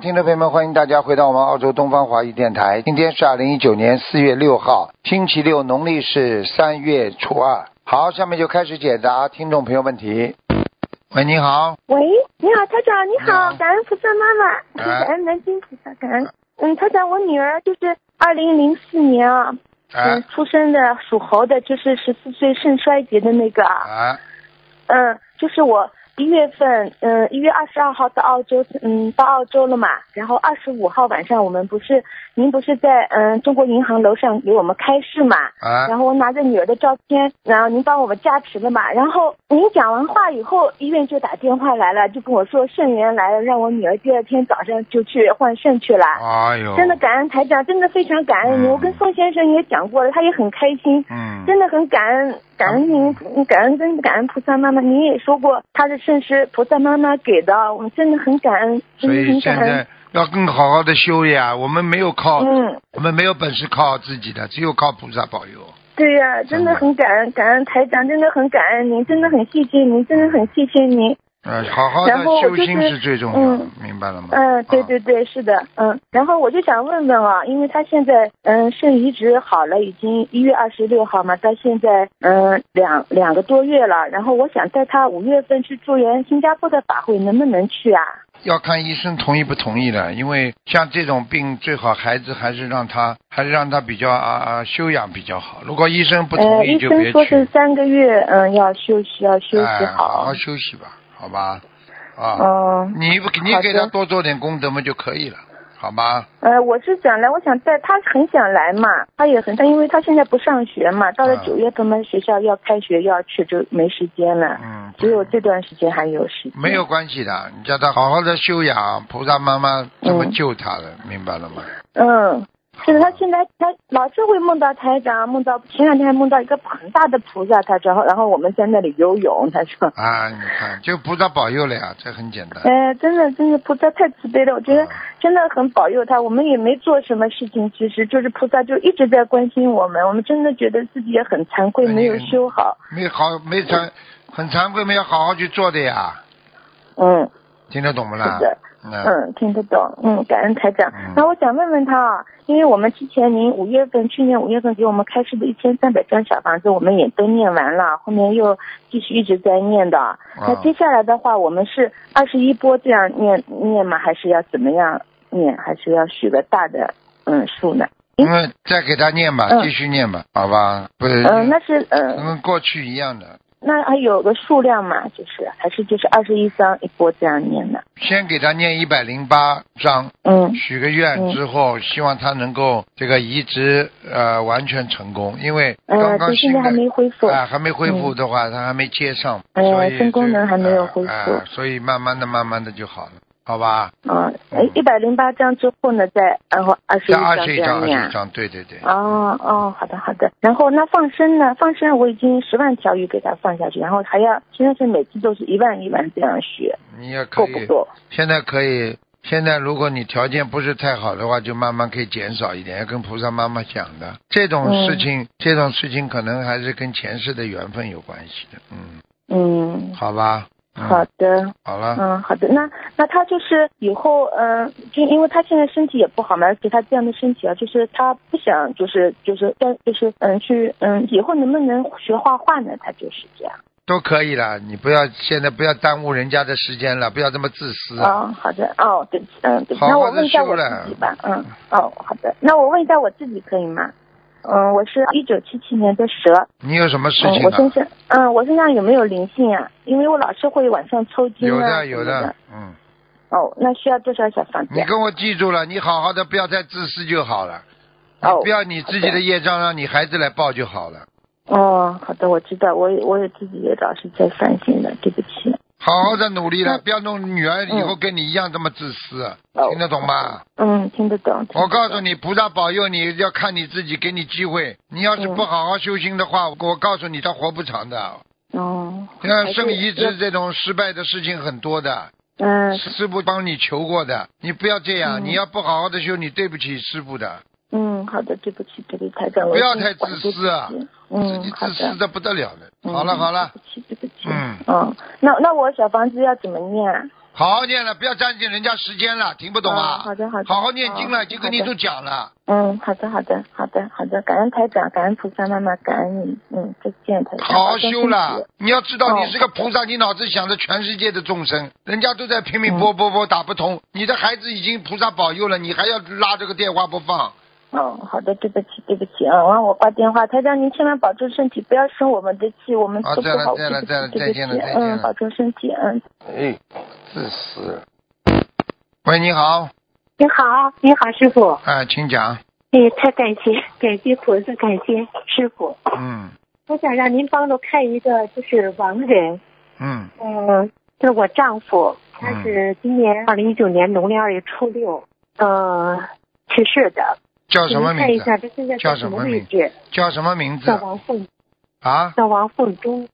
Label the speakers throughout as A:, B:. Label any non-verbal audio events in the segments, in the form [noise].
A: 听众朋友们，欢迎大家回到我们澳洲东方华语电台。今天是二零一九年四月六号，星期六，农历是三月初二。好，下面就开始解答听众朋友问题。喂，你好，
B: 喂，你好，台长，你
A: 你
B: 好，啊
A: 好
B: 感恩菩萨妈妈，感恩南京菩萨，感恩。嗯，台长，我女儿就是二零零四年啊，
A: 啊
B: 嗯，出生的属猴的，就是十四岁肾衰竭的那个啊，
A: 啊，
B: 嗯，就是我一月份，嗯，一月二十二号到澳洲，嗯，到澳洲了嘛，然后二十五号晚上我们不是，您不是在嗯中国银行楼上给我们开市嘛，
A: 啊
B: 然后我拿着女儿的照片，然后您帮我们加持了嘛。然后您讲完话以后，医院就打电话来了，就跟我说肾源来了，让我女儿第二天早上就去换肾去了。
A: 哎呦，
B: 真的感恩台长，真的非常感恩
A: 嗯
B: 您。我跟宋先生也讲过了，他也很开心，
A: 嗯，
B: 真的很感恩，感恩您，感恩跟感恩菩萨妈妈。您也说过他的肾是菩萨妈妈给的，我们真的很感恩，真
A: 所
B: 的
A: 以
B: 很
A: 现
B: 感恩。
A: 在要更好好的修呀。我们没有靠，
B: 嗯，
A: 我们没有本事靠自己的，只有靠菩萨保佑。
B: 对呀、真的很感恩，感恩台长，真的很感恩您，真的很谢谢您，真的很谢谢您。
A: 呃，好好的
B: 然后
A: 修
B: 就是
A: 心是最重要的
B: 嗯，
A: 明白了吗？
B: 嗯，对
A: 啊
B: 对对，是的，嗯，然后我就想问问啊，因为他现在嗯肾移植好了，已经一月二十六号嘛，到现在嗯两两个多月了，然后我想带他五月份去助缘新加坡的法会，能不能去啊？
A: 要看医生同意不同意的，因为像这种病，最好孩子还是让他，还是让他比较啊啊休养比较好。如果医生不
B: 呃，
A: 同
B: 医
A: 意，就
B: 生
A: 别
B: 说是
A: 去，
B: 三个月，嗯，要休息，要休息
A: 哎，好
B: 好，
A: 好休息吧，好吧，啊，
B: 嗯，
A: 你不你
B: 好
A: 给
B: 的
A: 他多做点功德嘛就可以了，好吧？
B: 呃，我是想来，我想带他很想来嘛，他也很，但因为他现在不上学嘛，到了
A: 啊
B: 九月份嘛，学校要开学要去就没时间了，
A: 嗯，
B: 只有这段时间还有时间。
A: 没有关系的，你叫他好好的休养，菩萨妈妈怎么
B: 嗯
A: 救他的，明白了吗？
B: 嗯，是的，他现在他老是会梦到台长，梦到前两天还梦到一个很大的菩萨，他然后然后我们在那里游泳，
A: [laughs]
B: 他说，
A: 啊，你看，就菩萨保佑了呀，这很简单。
B: 哎，真的真的菩萨太慈悲了，我觉得
A: 嗯
B: 真的很保佑他，我们也没做什么事情，其实就是菩萨就一直在关心我们，我们真的觉得自己也很惭愧，
A: 哎
B: 没有修好，
A: 没好没惭，很惭愧，没有好好去做的呀，
B: 嗯，
A: 听得懂不啦？
B: 是的。
A: 嗯
B: 嗯，听得懂，嗯，感恩台长
A: 嗯。
B: 那我想问问他啊，因为我们之前您五月份，去年五月份给我们开示的一千三百张小房子，我们也都念完了，后面又继续一直在念的。
A: 啊
B: 那接下来的话，我们是二十一波这样念念吗？还是要怎么样念？还是要许个大的嗯数呢？
A: 因为再给他念吧，
B: 嗯
A: 继续念吧，好吧？不是，
B: 嗯，那是嗯，
A: 跟过去一样的，
B: 那还有个数量嘛，就是还是就是二十一张一波这样念呢？
A: 先给他念一百零八章，
B: 嗯
A: 许个愿
B: 嗯
A: 之后，希望他能够这个移植呃完全成功，因为刚
B: 呃，
A: 刚
B: 就
A: 新
B: 现在还
A: 的。
B: 没恢复。嗯
A: 啊，还没恢复的话，他还没接上，
B: 哎
A: 所以
B: 肾功
A: 这
B: 能还没有
A: 啊
B: 恢复
A: 啊所以慢慢的、慢慢的就好了，好吧？
B: 嗯，哎，一百零八章之后呢，再然后二十一
A: 再二十
B: 章这
A: 一张，
B: 样
A: 二
B: 念
A: 十一
B: 啊。
A: 张，对对对。
B: 哦哦，好的好的。然后那放生呢？放生我已经十万条鱼给它放下去，然后还要现在是每次都是一万一万这样许，
A: 你也可
B: 够
A: 以，
B: 不够？
A: 现在可以，现在如果你条件不是太好的话，就慢慢可以减少一点，要跟菩萨妈妈讲的。这种事
B: 嗯
A: 情，这种事情可能还是跟前世的缘分有关系的。嗯，
B: 嗯，
A: 好吧，嗯、
B: 好的，
A: 好了，
B: 嗯，好的。那那他就是以后，嗯、就因为他现在身体也不好嘛，而且他这样的身体啊，就是他不想，就是就是但就是嗯去嗯，以后能不能学画画呢？他就是这样。
A: 都可以了，你不要现在不要耽误人家的时间了，不要这么自私。啊
B: 哦，好的，哦，对，嗯，对，
A: 嗯好
B: 那
A: 好
B: 我
A: 地
B: 问一下
A: 修
B: 我
A: 了
B: 自己吧，嗯，哦，好的，那我问一下我自己可以吗？嗯，我是一九七七年的蛇，
A: 你有什么事
B: 嗯，
A: 情啊
B: 我
A: 呢？
B: 身上，嗯，我身上有没有灵性啊？因为我老是会晚上抽筋啊
A: 有的，
B: 什
A: 有
B: 么
A: 的，嗯，
B: 哦，那需要多少小房子
A: 你
B: 呀？
A: 跟我记住了，你好好的，不要再自私就好了。你
B: 哦
A: 不要你自己
B: 好
A: 的
B: 的
A: 业障让你孩子来报就好了。
B: 哦，好的，我知道，我也我也自己也老是在反省的，对不起。
A: 好好的努力了，
B: 嗯
A: 不要弄女儿以后跟你一样这么自私，
B: 哦
A: 听得懂吗？
B: 嗯，听得懂。
A: 我告诉
B: 你，
A: 你，菩萨保佑你，要看你自己，给你机会。你要是
B: 嗯
A: 不好好修心的话，我告诉你，他活不长的。
B: 哦，还
A: 像
B: 是
A: 圣移
B: 要
A: 植这种失败的事情很多的，
B: 嗯
A: 师傅帮你求过的，你不要这样，
B: 嗯
A: 你要不好好的修，你对不起师傅的，
B: 嗯，好的，对不起，对不起，台长，我
A: 不要
B: 一定
A: 太
B: 管
A: 自
B: 住
A: 私啊
B: 自己
A: 自己
B: 嗯，好
A: 自
B: 的
A: 私。的不得了了。
B: 嗯
A: 好了好了，，
B: 对不起，对不起。哦
A: 嗯
B: 嗯，那那我小房子要怎么念啊？
A: 好好念了，不要占尽人家时间了，听不懂啊？
B: 嗯好的好的哦
A: 好好念经了，
B: 好
A: 就跟你都讲了。
B: 嗯，好的，好的，好的，好的，感恩台长，感恩菩萨妈妈，感恩你，嗯，再见，台长，
A: 好好
B: 保重
A: 修
B: 身
A: 了
B: 体。
A: 你要知道，
B: 哦
A: 你是个菩萨，你脑子想着全世界的众生，人家都在拼命拨拨拨打不通，你的孩子已经菩萨保佑了，你还要拉这个电话不放。
B: 哦，好的，对不起，对不起啊，完我挂电话，台长您千万保重身体，不要生我们的气，我们
A: 啊
B: 都不
A: 在了
B: 好，
A: 在
B: 对
A: 了
B: 不
A: 在了
B: 起，
A: 再
B: 对不
A: 见了再
B: 起，
A: 见
B: 嗯，
A: 了
B: 保重身体，嗯。
A: 哎，自私。喂，你好，
C: 你好，你好，师傅。
A: 哎，请讲。
C: 哎，太感谢，感谢菩萨，感谢师傅。
A: 嗯
C: 我想让您帮着看一个，就是亡人，
A: 嗯
C: 嗯、就是我丈夫，他
A: 嗯，
C: 是今年二零一九年农历二月初六，呃，去世的。
A: 叫什么
C: 您看
A: 名
C: 一
A: 字？啊
C: 下他现在
A: 叫
C: 在
A: 什么
C: 么位
A: 名
C: 置？
A: 叫什么名字
C: 叫王凤，
A: 啊？
C: 叫王凤中，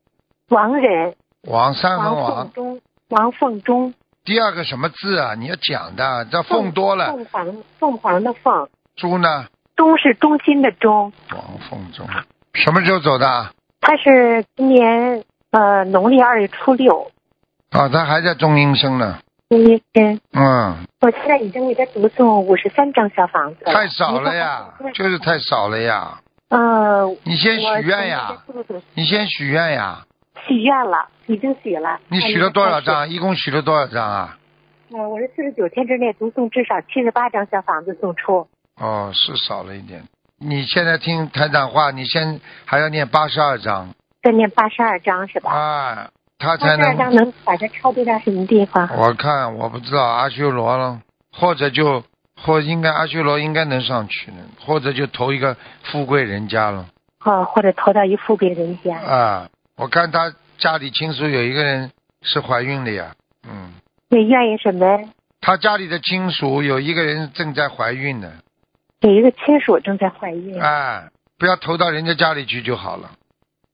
C: 亡人，
A: 王三横
C: 王
A: 王
C: 凤，中，王凤中，
A: 第二个什么字啊？你要讲的，这凤
C: 凤
A: 多了，
C: 凤凰，凤凰的凤，
A: 猪呢？
C: 中是中心的中。
A: 王凤中，什么时候走的啊？
C: 他是今年呃农历二月初六，
A: 啊，他还在中阴身呢。
C: 今天
A: 嗯，
C: 我现在已经给他读诵五十三张小房子，
A: 太少了呀，就是太少了呀。
C: 呃，
A: 你先许愿呀，
C: 我从这个
A: 你先许愿呀。
C: 许愿了，已经许了。
A: 你许了多少？张？一共许了多少张啊？
C: 呃，我是四十九天之内读诵至少七十八张小房子送出。
A: 哦，是少了一点。你现在听台长话，你先还要念八十二章
C: 再念八十二张是吧？
A: 啊，他
C: 八
A: 才
C: 十二
A: 能。
C: 张能把它抄对到什么地方？
A: 我看我不知道阿修罗了，或者就或应该阿修罗应该能上去呢，或者就投一个富贵人家了。
C: 啊，或者投到一富贵人家？
A: 啊，我看他家里亲属有一个人是怀孕的呀，嗯，
C: 你愿意什么？
A: 他家里的亲属有一个人正在怀孕呢，
C: 有一个亲属正在怀孕，
A: 啊，不要投到人家家里去就好了，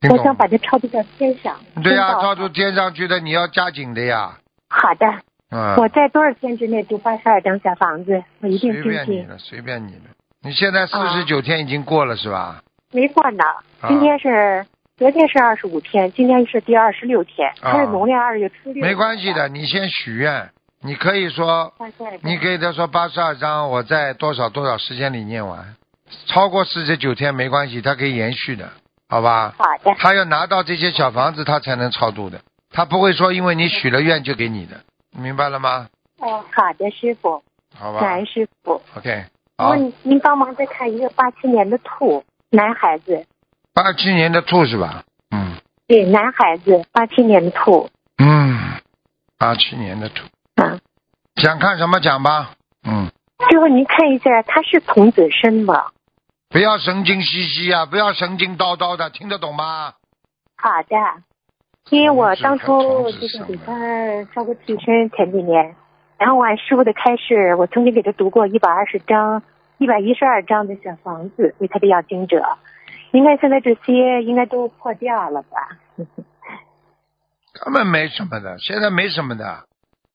A: 听
C: 我想
A: 懂吗？
C: 把它抄对到天上。
A: 对呀、
C: 天道
A: 照住天上去的，你要加紧的呀，
C: 好的，
A: 啊，
C: 我在多少天之内读八十二张小房子？我一定
A: 随
C: 精
A: 便你
C: 进。
A: 了，随便你了。你现在四十
C: 啊
A: 九天已经过了是吧？
C: 没过呢，
A: 啊
C: 今天是、昨天是二十五天，今天是第二十六天，
A: 啊
C: 它是农历二月初六。
A: 没关系的，。你先许愿，你可以说
C: 八十二
A: 你给他说八十二章，我在多少多少时间里念完，超过四十九天没关系，他可以延续的，好吧？
C: 好的，
A: 他要拿到这些小房子，他才能超度的，他不会说因为你许了愿就给你的，明白了吗？
C: 哦，好的，师傅，
A: 好吧
C: 感恩师傅。
A: ？OK，好
C: 我，您帮忙再看一个八七年的兔男孩子，
A: 八七年的兔是吧？嗯
C: 对，男孩子，八七年的兔
A: 嗯，八七年的兔，
C: 啊。
A: 想看什么讲吧？嗯，
C: 最后您看一下，他是童子身吗？
A: 不要神经兮兮啊，不要神经叨叨的，听得懂吗？
C: 好的，因为我当
A: 童
C: 初
A: 子
C: 就是
A: 身
C: 给
A: 嘛
C: 他烧过替身前几年，然后我按师傅的开示，我曾经给他读过一百二十章、一百一十二章的小房子为他的要经者，应该现在这些应该都破掉了吧？
A: 根本没什么的，现在没什么的，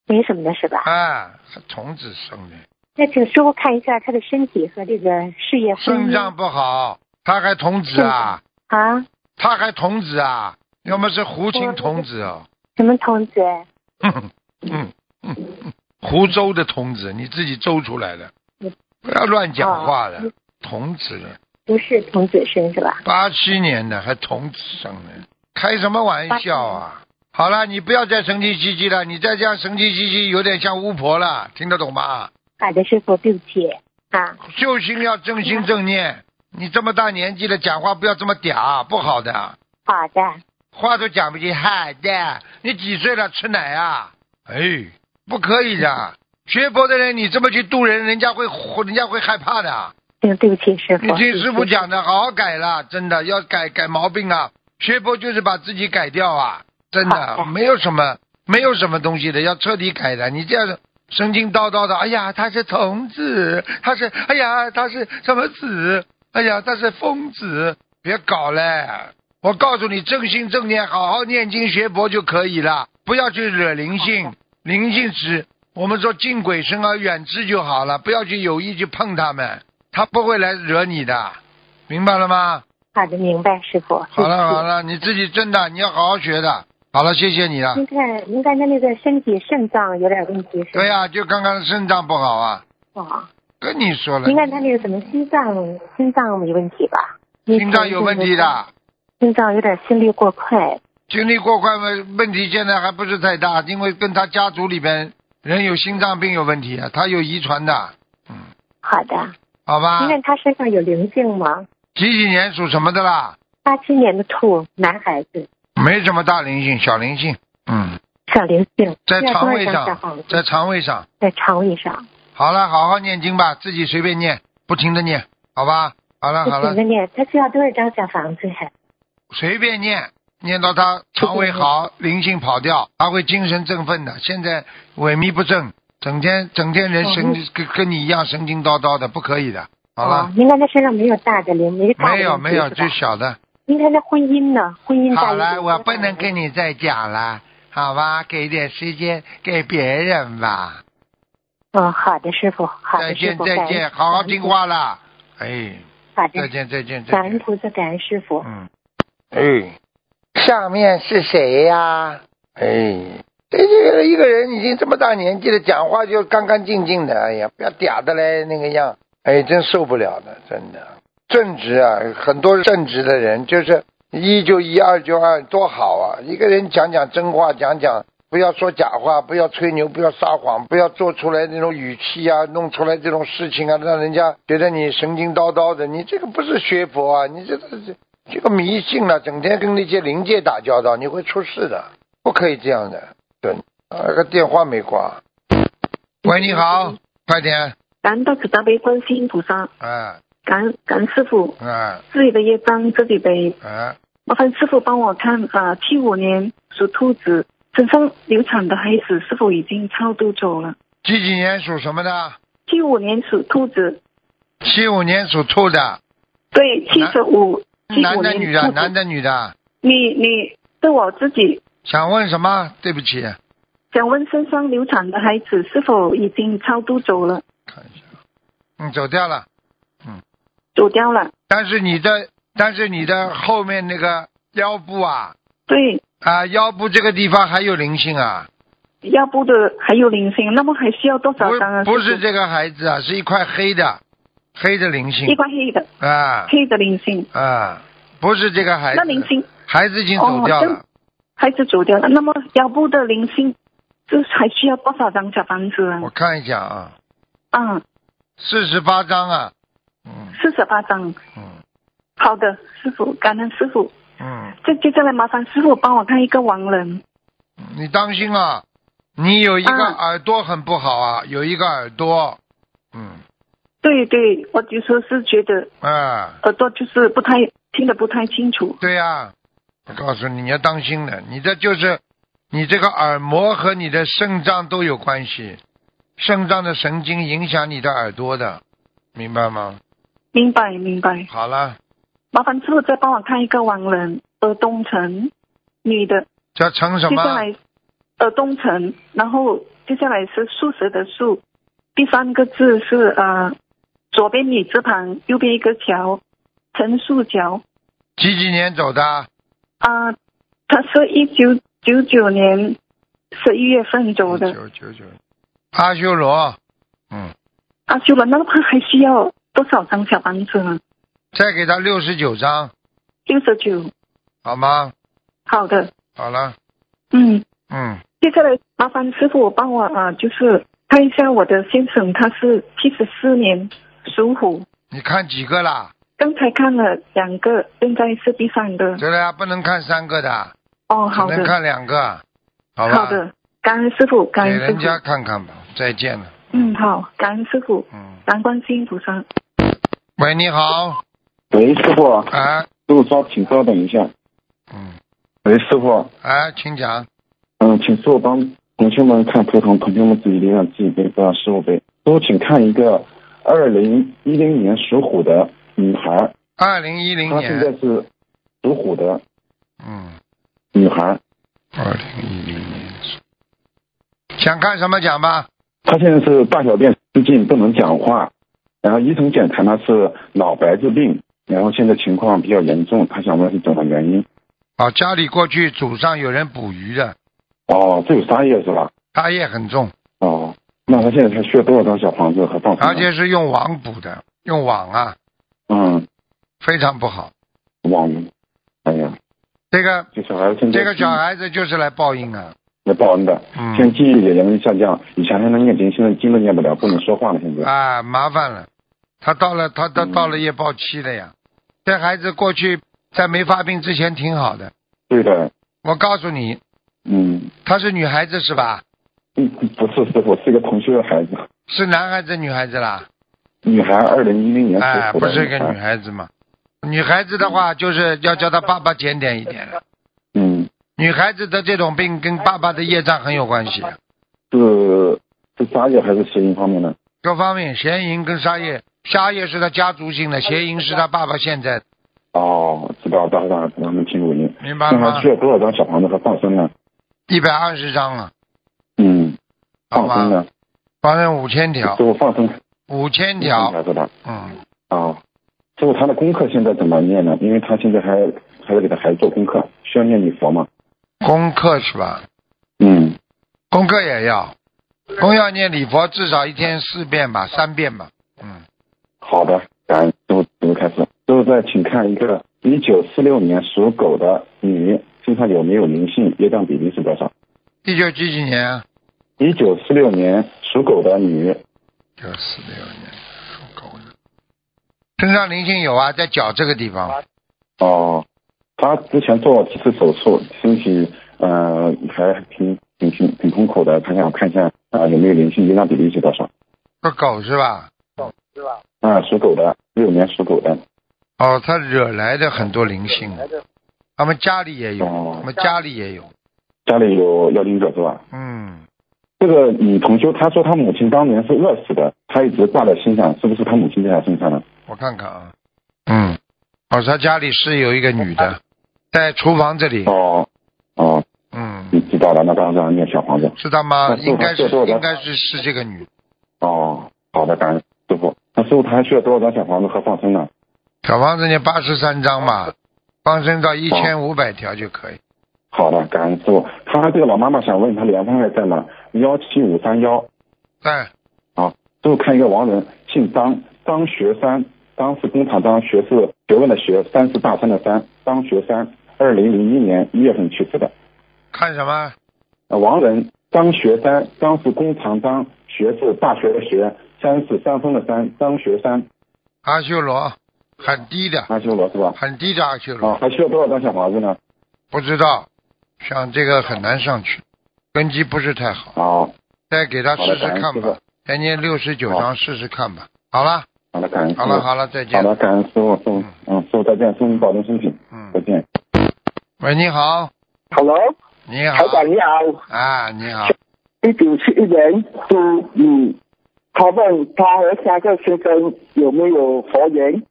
C: 没什么的是吧？
A: 啊，童子生的，
C: 那请师傅看一下他的身体和这个事业婚
A: 肾
C: 姻
A: 脏不好，他还童子啊，
C: 啊，
A: 他还童子啊，要么是胡琴童子哦， [laughs]
C: 什么童子？
A: 哼哼嗯嗯嗯湖州的童子，你自己周出来的，不要乱讲话了，童子了，
C: 不是童子身是吧？
A: 八七年的还童子生的，开什么玩笑啊！好了，你不要再神经兮兮了，你再这样神经兮兮，有点像巫婆了，听得懂吗？
C: 好的，师傅，对不起啊，
A: 修行要正
C: 嗯
A: 心正念。你这么大年纪了，讲话不要这么嗲，不好的，
C: 好的，
A: 话都讲不进。嗨的，你几岁了？吃奶啊？哎，不可以的。学佛的人，你这么去度人，人家会人家会害怕的。
C: 嗯，对不起，师傅。
A: 你听师傅
C: 对不起
A: 讲的，好好改了，真的要改改毛病啊。学佛就是把自己改掉啊，真
C: 好
A: 的
C: 的
A: 没有什么没有什么东西的，要彻底改的。你这样神经叨叨的，哎呀，他是童子，他是哎呀，他是什么子？哎呀，他是疯子，别搞嘞！我告诉你，正心正念，好好念经学佛就可以了，不要去惹灵性
C: 好，
A: 灵性只我们说敬鬼神而远之就好了，不要去有意去碰他们，他不会来惹你的，明白了吗？
C: 好的，明白，师傅。
A: 好了
C: 对不起
A: 好了，你自己真的你要好好学的，好了，谢谢你了。
C: 您看，您看他那个身体肾脏有点问题是吧？
A: 对呀、就刚刚肾脏不好啊，
C: 哦
A: 跟你说了
C: 您，看他那个什么心脏，心脏没问题吧？
A: 心脏有问题的，
C: 心脏有点心率过快，
A: 经历过快问问题现在还不是太大，因为跟他家族里边人有心脏病有问题啊，他有遗传的，
C: 好的。
A: 好吧
C: 您？看他身上有灵性吗？
A: 几几年属什么的啦？
C: 八七年的兔，男孩子，
A: 没什么大灵性，小灵性，嗯，
C: 小灵性，
A: 在肠胃
C: 需要多少张小
A: 上
C: 房，子
A: 在肠胃上。
C: 在肠胃上。
A: 好了，好好念经吧，自己随便念，不停的念，好吧？好了
C: 不
A: 啊好
C: 停
A: 了
C: 的，念，他需要多少张小房子呀？
A: 随便念，念到他肠胃好，灵性跑掉，他会精神振奋的。现在萎靡不振，整天整天人神、跟跟你一样神经叨叨的，不可以的。好
C: 哦
A: 了，，
C: 您看他身上没有大的灵，没哦大的
A: 没有
C: 灵
A: 没有，
C: 性
A: 最
C: 是吧
A: 小的。
C: 您看他婚姻呢？婚姻大
A: 好
C: 于
A: 了，
C: 灵
A: 我
C: 性
A: 不
C: 大于
A: 能
C: 灵
A: 跟你再讲了，好吧？给点时间给别人吧。
C: 嗯，好的，师傅，好
A: 再
C: 的，师
A: 见
C: 傅，
A: 再
C: 感
A: 见，
C: 恩
A: 好好听。话啦。哎，
C: 感恩
A: 再
C: 好的，
A: 见再见再
C: 感恩
A: 见。
C: 菩萨，感恩师傅。
A: 嗯，哎，上面是谁呀、哎，这这个一个人已经这么大年纪了，讲话就干干净净的，哎呀，不要嗲的嘞那个样，哎，真受不了的，真的。正直啊，很多正直的人就是一就一，二就二，多好啊！一个人讲讲真话，讲讲不要说假话，不要吹牛，不要撒谎，不要做出来那种语气啊，弄出来这种事情啊，让人家觉得你神经叨叨的。你这个不是学佛啊，你这这这这个迷信了、整天跟那些灵界打交道，你会出事的，不可以这样的。对，啊，那个电话没挂。喂，你好，快点，
D: 感恩大慈大悲观世音菩萨，
A: 哎
D: 感恩感恩师傅，
A: 哎
D: 自己的业障自己背。
A: 哎，
D: 麻烦师傅帮我看，呃，七五年属兔子，身上流产的孩子是否已经超度走了？
A: 几几年属什么的？
D: 七五年属兔子，
A: 七五年属兔的，
D: 对，七十五，七
A: 男
D: 五
A: 的
D: 年
A: 女的？
D: 兔子
A: 男的女的？
D: 你你是我自己，
A: 想问什么？对不起，
D: 想问身上流产的孩子是否已经超度走了？
A: 看一下，嗯，走掉了。
D: 走掉了？
A: 但是你的，但是你的后面那个腰部啊
D: 对，
A: 啊，腰部这个地方还有灵性啊，
D: 要不的还有灵性，那么还需要多少张啊？
A: 不不是
D: 师傅
A: 这个孩子啊，是一块黑的，黑的灵
D: 一
A: 性
D: 块黑的，
A: 啊
D: 黑的灵性，
A: 啊，不是这个孩子
D: 那，灵性。
A: 孩子已经走掉了。
D: 哦孩子走掉了。那么腰部的灵性，这还需要多少张小房子啊
A: 我？看一下啊，
D: 嗯，
A: 四十八张啊，嗯
D: 四十八张。
A: 嗯
D: 好的，师傅，感恩师傅。
A: 嗯，
D: 这接下来麻烦师傅帮我看一个亡人，
A: 嗯你当心啊，你有一个
D: 嗯
A: 耳朵很不好啊，有一个耳朵，嗯
D: 对对，我就说是觉得
A: 啊。
D: 耳朵就是不太听得不太清楚。
A: 对呀、我告诉你，你要当心的。你这就是你这个耳膜和你的肾脏都有关系，肾脏的神经影响你的耳朵的，明白吗？
D: 明白明白，
A: 好了，
D: 麻烦师傅再帮我看一个亡人，耳东城，女的，
A: 叫成什
D: 接下
A: 么？
D: 来耳东城，然后接下来是素食的素，第三个字是呃左边女字旁，右边一个桥，陈树桥
A: 几几年走的？
D: 啊、他是一九九九年十一月份走的
A: 九九九。阿修罗，嗯，
D: 阿啊修罗，那么他还需要多少张小房子呢？
A: 再给他六十九张，
D: 六十九，
A: 好吗？
D: 好的，
A: 好了，
D: 嗯，
A: 嗯，
D: 接下来麻烦师傅帮我啊、呃就是看一下我的先生，他是七十四年属虎。
A: 你看几个啦？
D: 刚才看了两个，现在是第三个。
A: 对了呀，不能看三个的，
D: 哦，
A: 只
D: 好
A: 能
D: 的，
A: 看两个，好吧？
D: 好的，感恩师傅，
A: 给
D: 感恩师
A: 人家
D: 傅。
A: 看看吧。再见了，
D: 嗯，好，感恩师傅，
A: 嗯。
D: 感恩观世音菩萨。
A: 喂，你好，
E: 喂，师傅，师
A: 哎，
E: 傅稍，请稍等一下。
A: 嗯，
E: 喂，师傅，
A: 哎，请讲，
E: 嗯，请师傅帮同学们看图腾，同学们自己背上自己背，不让师傅背。师傅，请看一个二零一零年属虎的女孩，
A: 二零一零
E: 她现在
A: 年，
E: 是属虎的
A: 嗯，
E: 女孩，
A: 二零一零年，想看什么讲吧？
E: 她现在是大小便失禁，不能讲话，然后医生检查她是脑白质病，然后现在情况比较严重，她想问是怎么原因？
A: 啊，家里过去祖上有人捕鱼的，
E: 哦，这有沙叶是吧？
A: 杀业很重，
E: 哦，那他现在才需要多少张小房子和放生呢？
A: 而且是用网捕的，用网啊，
E: 嗯，
A: 非常不好。
E: 网，哎呀，
A: 这个
E: 这小孩现在
A: 这个小孩子就是来报应啊，
E: 来报恩的，
A: 嗯
E: 现在记忆也容易下降，以前还能念经，现在经都念不了，不能说话了，现在。
A: 啊，麻烦了，他到了他到
E: 嗯
A: 到了夜报期了呀。这孩子过去在没发病之前挺好的，
E: 对的，
A: 我告诉你，
E: 嗯，
A: 她是女孩子是吧？
E: 嗯不是师傅，是一个同学的孩子，
A: 是男孩子女孩子啦？
E: 女孩，二零一零年
A: 哎，
E: 属虎
A: 不
E: 的
A: 是一个女
E: 孩，
A: 孩子嘛。女孩子的话，就是要叫她爸爸检点一点了。
E: 嗯，
A: 女孩子的这种病跟爸爸的业障很有关系的，
E: 是是沙叶还是谐音方面呢？
A: 各方面邪淫跟杀业，杀业是他家族性的，邪淫是他爸爸现在的，
E: 哦，知道，大大他们听录音。
A: 明白
E: 那
A: 了
E: 还
A: 吗
E: 需？要多少张小房子和放生呢？
A: 一百二十张了，
E: 嗯，
A: 好
E: 放生
A: 吗？
E: 呢？
A: 反正五千条
E: 师，傅放生
A: 五千
E: 你看一
A: 条，
E: 下是吧？
A: 嗯，
E: 啊，师傅他的功课现在怎么念呢？因为他现在还还在给他孩子做功课，需要念礼佛吗？
A: 功课是吧？
E: 嗯，
A: 功课也要，功要念礼佛至少一天四遍吧，三遍吧，嗯，
E: 好的，感恩师傅，师傅开始。师傅再请看一个一九四六年属狗的女，身上有没有灵性？业障比例是多少？
A: 一九几几年啊？
E: 一九四六年属狗的女，
A: 九四六年属狗的，身上灵性有啊，在脚这个地
E: 啊
A: 方，
E: 哦，她之前做了几次手术，身体呃还挺挺挺挺痛苦的。她想看一下啊、有没有灵性，业障比例是多少？
A: 个狗是吧？
E: 啊、属狗的，六年属狗的。
A: 哦，他惹来的很多灵性，他们家里也有，
E: 哦
A: 他们家里也有，
E: 家里有要灵者是吧？
A: 嗯，
E: 这个女同修她说她母亲当年是饿死的，她一直挂在身上，是不是她母亲在她身上呢？
A: 我看看啊，嗯，哦，他家里是有一个女的，在厨房这里，
E: 啊哦，哦，
A: 嗯，
E: 你知道了，那当然念小房子。
A: 知道吗？
E: 那是我
A: 应该是
E: 是我的
A: 应该是是这个女，
E: 哦，好的，感恩师傅。那师傅他还需要多少张小房子和放生呢？
A: 小房子念八十三章
E: 哦
A: 嘛，放生到一千五百条就可以。
E: 好的，感恩师傅。他这个老妈妈想问他莲花还在吗？幺七五三幺。
A: 在
E: 啊，师傅看一个亡人，姓张，张学山，张是工厂张，学是学问的学，山是大山的山，张学山，二零零一年一月份去世的。
A: 看什么？
E: 呃，王人张学山，张是弓长张，学是大学的学，山是山峰的山，张学山，
A: 阿修罗，很低的，
E: 阿修罗是吧？
A: 很低的阿修
E: 啊，
A: 罗，
E: 还需要多少张小房子呢？
A: 不知道，像这个很难上去，根基不是太好，
E: 好，
A: 再给他
E: 好的，
A: 试试
E: 感恩
A: 看
E: 师
A: 吧
E: 傅。，
A: 再念六十九
E: 好
A: 章试试看吧。好了，
E: 好的，感恩师
A: 好
E: 傅，
A: 了，好了，再
E: 嗯好
A: 见。
E: 的，感恩师傅，师傅，嗯，师傅再见，师傅保重身体，
A: 嗯
E: 再，见。
A: 喂，你好，
F: Hello，
A: 你好
F: 台，长你好，
A: 啊，你好，
F: 一九七一年属女，他问他和下个先生有没有佛缘？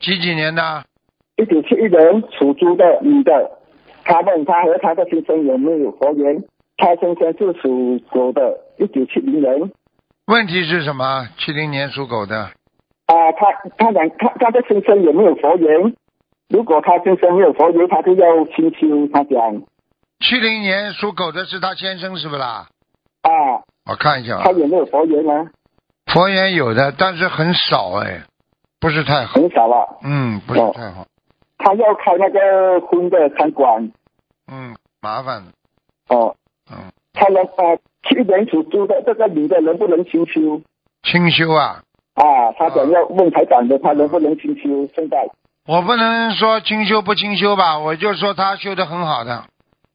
A: 几几年的？
F: 一九七一年属猪的女的，他问他和他的先生有没有佛缘？他先生是属狗的，一九七零年
A: 问题是什么？七零年属狗的，
F: 啊，他他两他他的先生有没有佛缘？如果他先生没有佛缘，他就要清修。他讲
A: 七零年属狗的是他先生是不啦？
F: 啊，
A: 我看一下啊
F: 他，有没有佛缘呢？
A: 佛缘有的，但是很少哎，不是太好，
F: 很少了，
A: 嗯，不是
F: 哦
A: 太好，
F: 他要开那个婚的餐馆
A: 嗯，麻烦了，
F: 哦。
A: 嗯，
F: 他能呃去年属猪的这个女的能不能清修
A: 清修啊，
F: 啊？他想要问台长的，他能不能清修？现在
A: 我不能说清修不清修吧，我就说他修的很好的，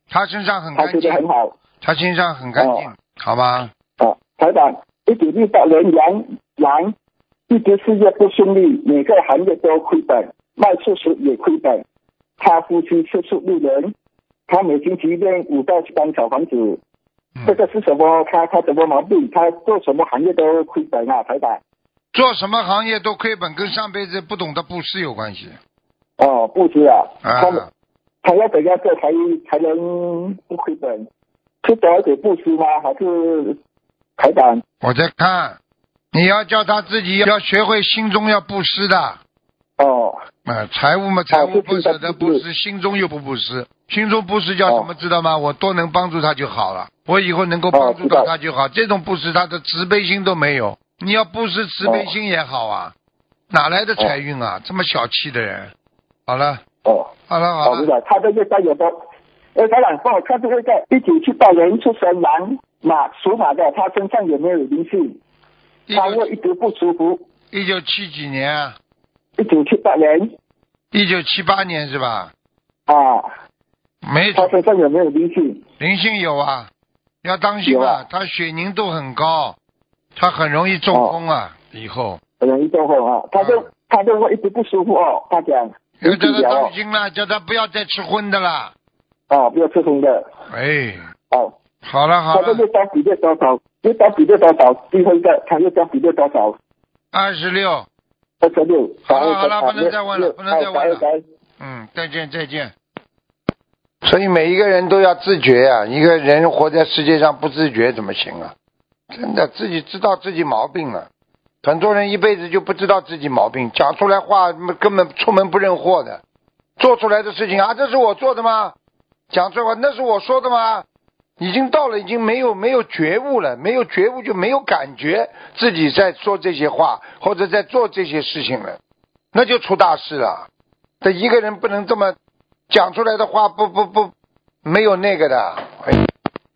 A: 他身上很
F: 他
A: 干
F: 修得很
A: 净，
F: 好哦
A: 他身上很干净，好吧？
F: 啊。台长，一九六八年羊羊，一直事业不顺利，每个行业都亏本，卖出时也亏本。他夫妻吃素六年，他每星期练五到七张小房子。
A: 嗯
F: 这个是什么？他他什么毛病？他做什么行业都亏本啊，台长。
A: 做什么行业都亏本，跟上辈子不懂得布施有关系。
F: 哦，不知啊，他们
A: 啊，
F: 他要怎样做才才能不亏本？是多给布施吗？还是台长？
A: 我在看，你要叫他自己要学会心中要布施的，
F: 哦，
A: 啊，财务嘛，财务
F: 这
A: 不
F: 是在
A: 舍得
F: 布
A: 布
F: 施
A: 施，心中又不布施，心中布施叫什么
F: 哦
A: 知道吗？我多能帮助他就好了，我以后能够
F: 哦
A: 帮助
F: 知
A: 到
F: 道
A: 他就好。这种布施，他的慈悲心都没有。你要布施慈悲
F: 哦
A: 心也好啊，哪来的财运啊？这么小气的人。好了，
F: 哦，
A: 好了，好
F: 好
A: 了，
F: 的，他的业障有多？哎，台长帮我看这个在一九七八年出生男马属马的，他身上有没有灵性？
A: 一
F: 他
A: 九
F: 胃一直不舒服。
A: 一九七几年啊，
F: 一九七八年
A: 一九七八年是吧？
F: 啊，
A: 没
F: 他身上有没有灵性？
A: 灵性有啊，要当心
F: 有
A: 啊
F: 啊，
A: 他血凝度很高，他很容易中风
F: 哦
A: 啊，以后。
F: 容易动火啊，他就、他就胃一直不舒服哦，他讲
A: 要啊
F: 有治
A: 叫他
F: 疗哦
A: 当，心了，叫他不要再吃荤的啦。
F: 啊，不要吃荤的
A: 哎，
F: 哦。
A: 好了好
F: 他这
A: 了
F: 个，到比例多少？又到比例多少？最后一个，他又到比例多少？
A: 二十六，
F: 二十六。
A: 好了好了不能再问了不能再问了
F: 了。
A: 嗯，再见再见。
G: 所以每一个人都要自觉啊！一个人活在世界上不自觉怎么行啊？真的，自己知道自己毛病了。很多人一辈子就不知道自己毛病，讲出来话根本出门不认货的，做出来的事情啊，这是我做的吗？讲出来话那是我说的吗？已经到了，已经没有没有觉悟了，没有觉悟就没有感觉自己在说这些话或者在做这些事情了，那就出大事了。这一个人不能这么讲出来的话不不不，没有那个的。哎，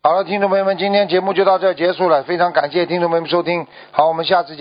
G: 好了，听众朋友们，今天节目就到这儿结束了，非常感谢听众朋友们收听，好，我们下次见。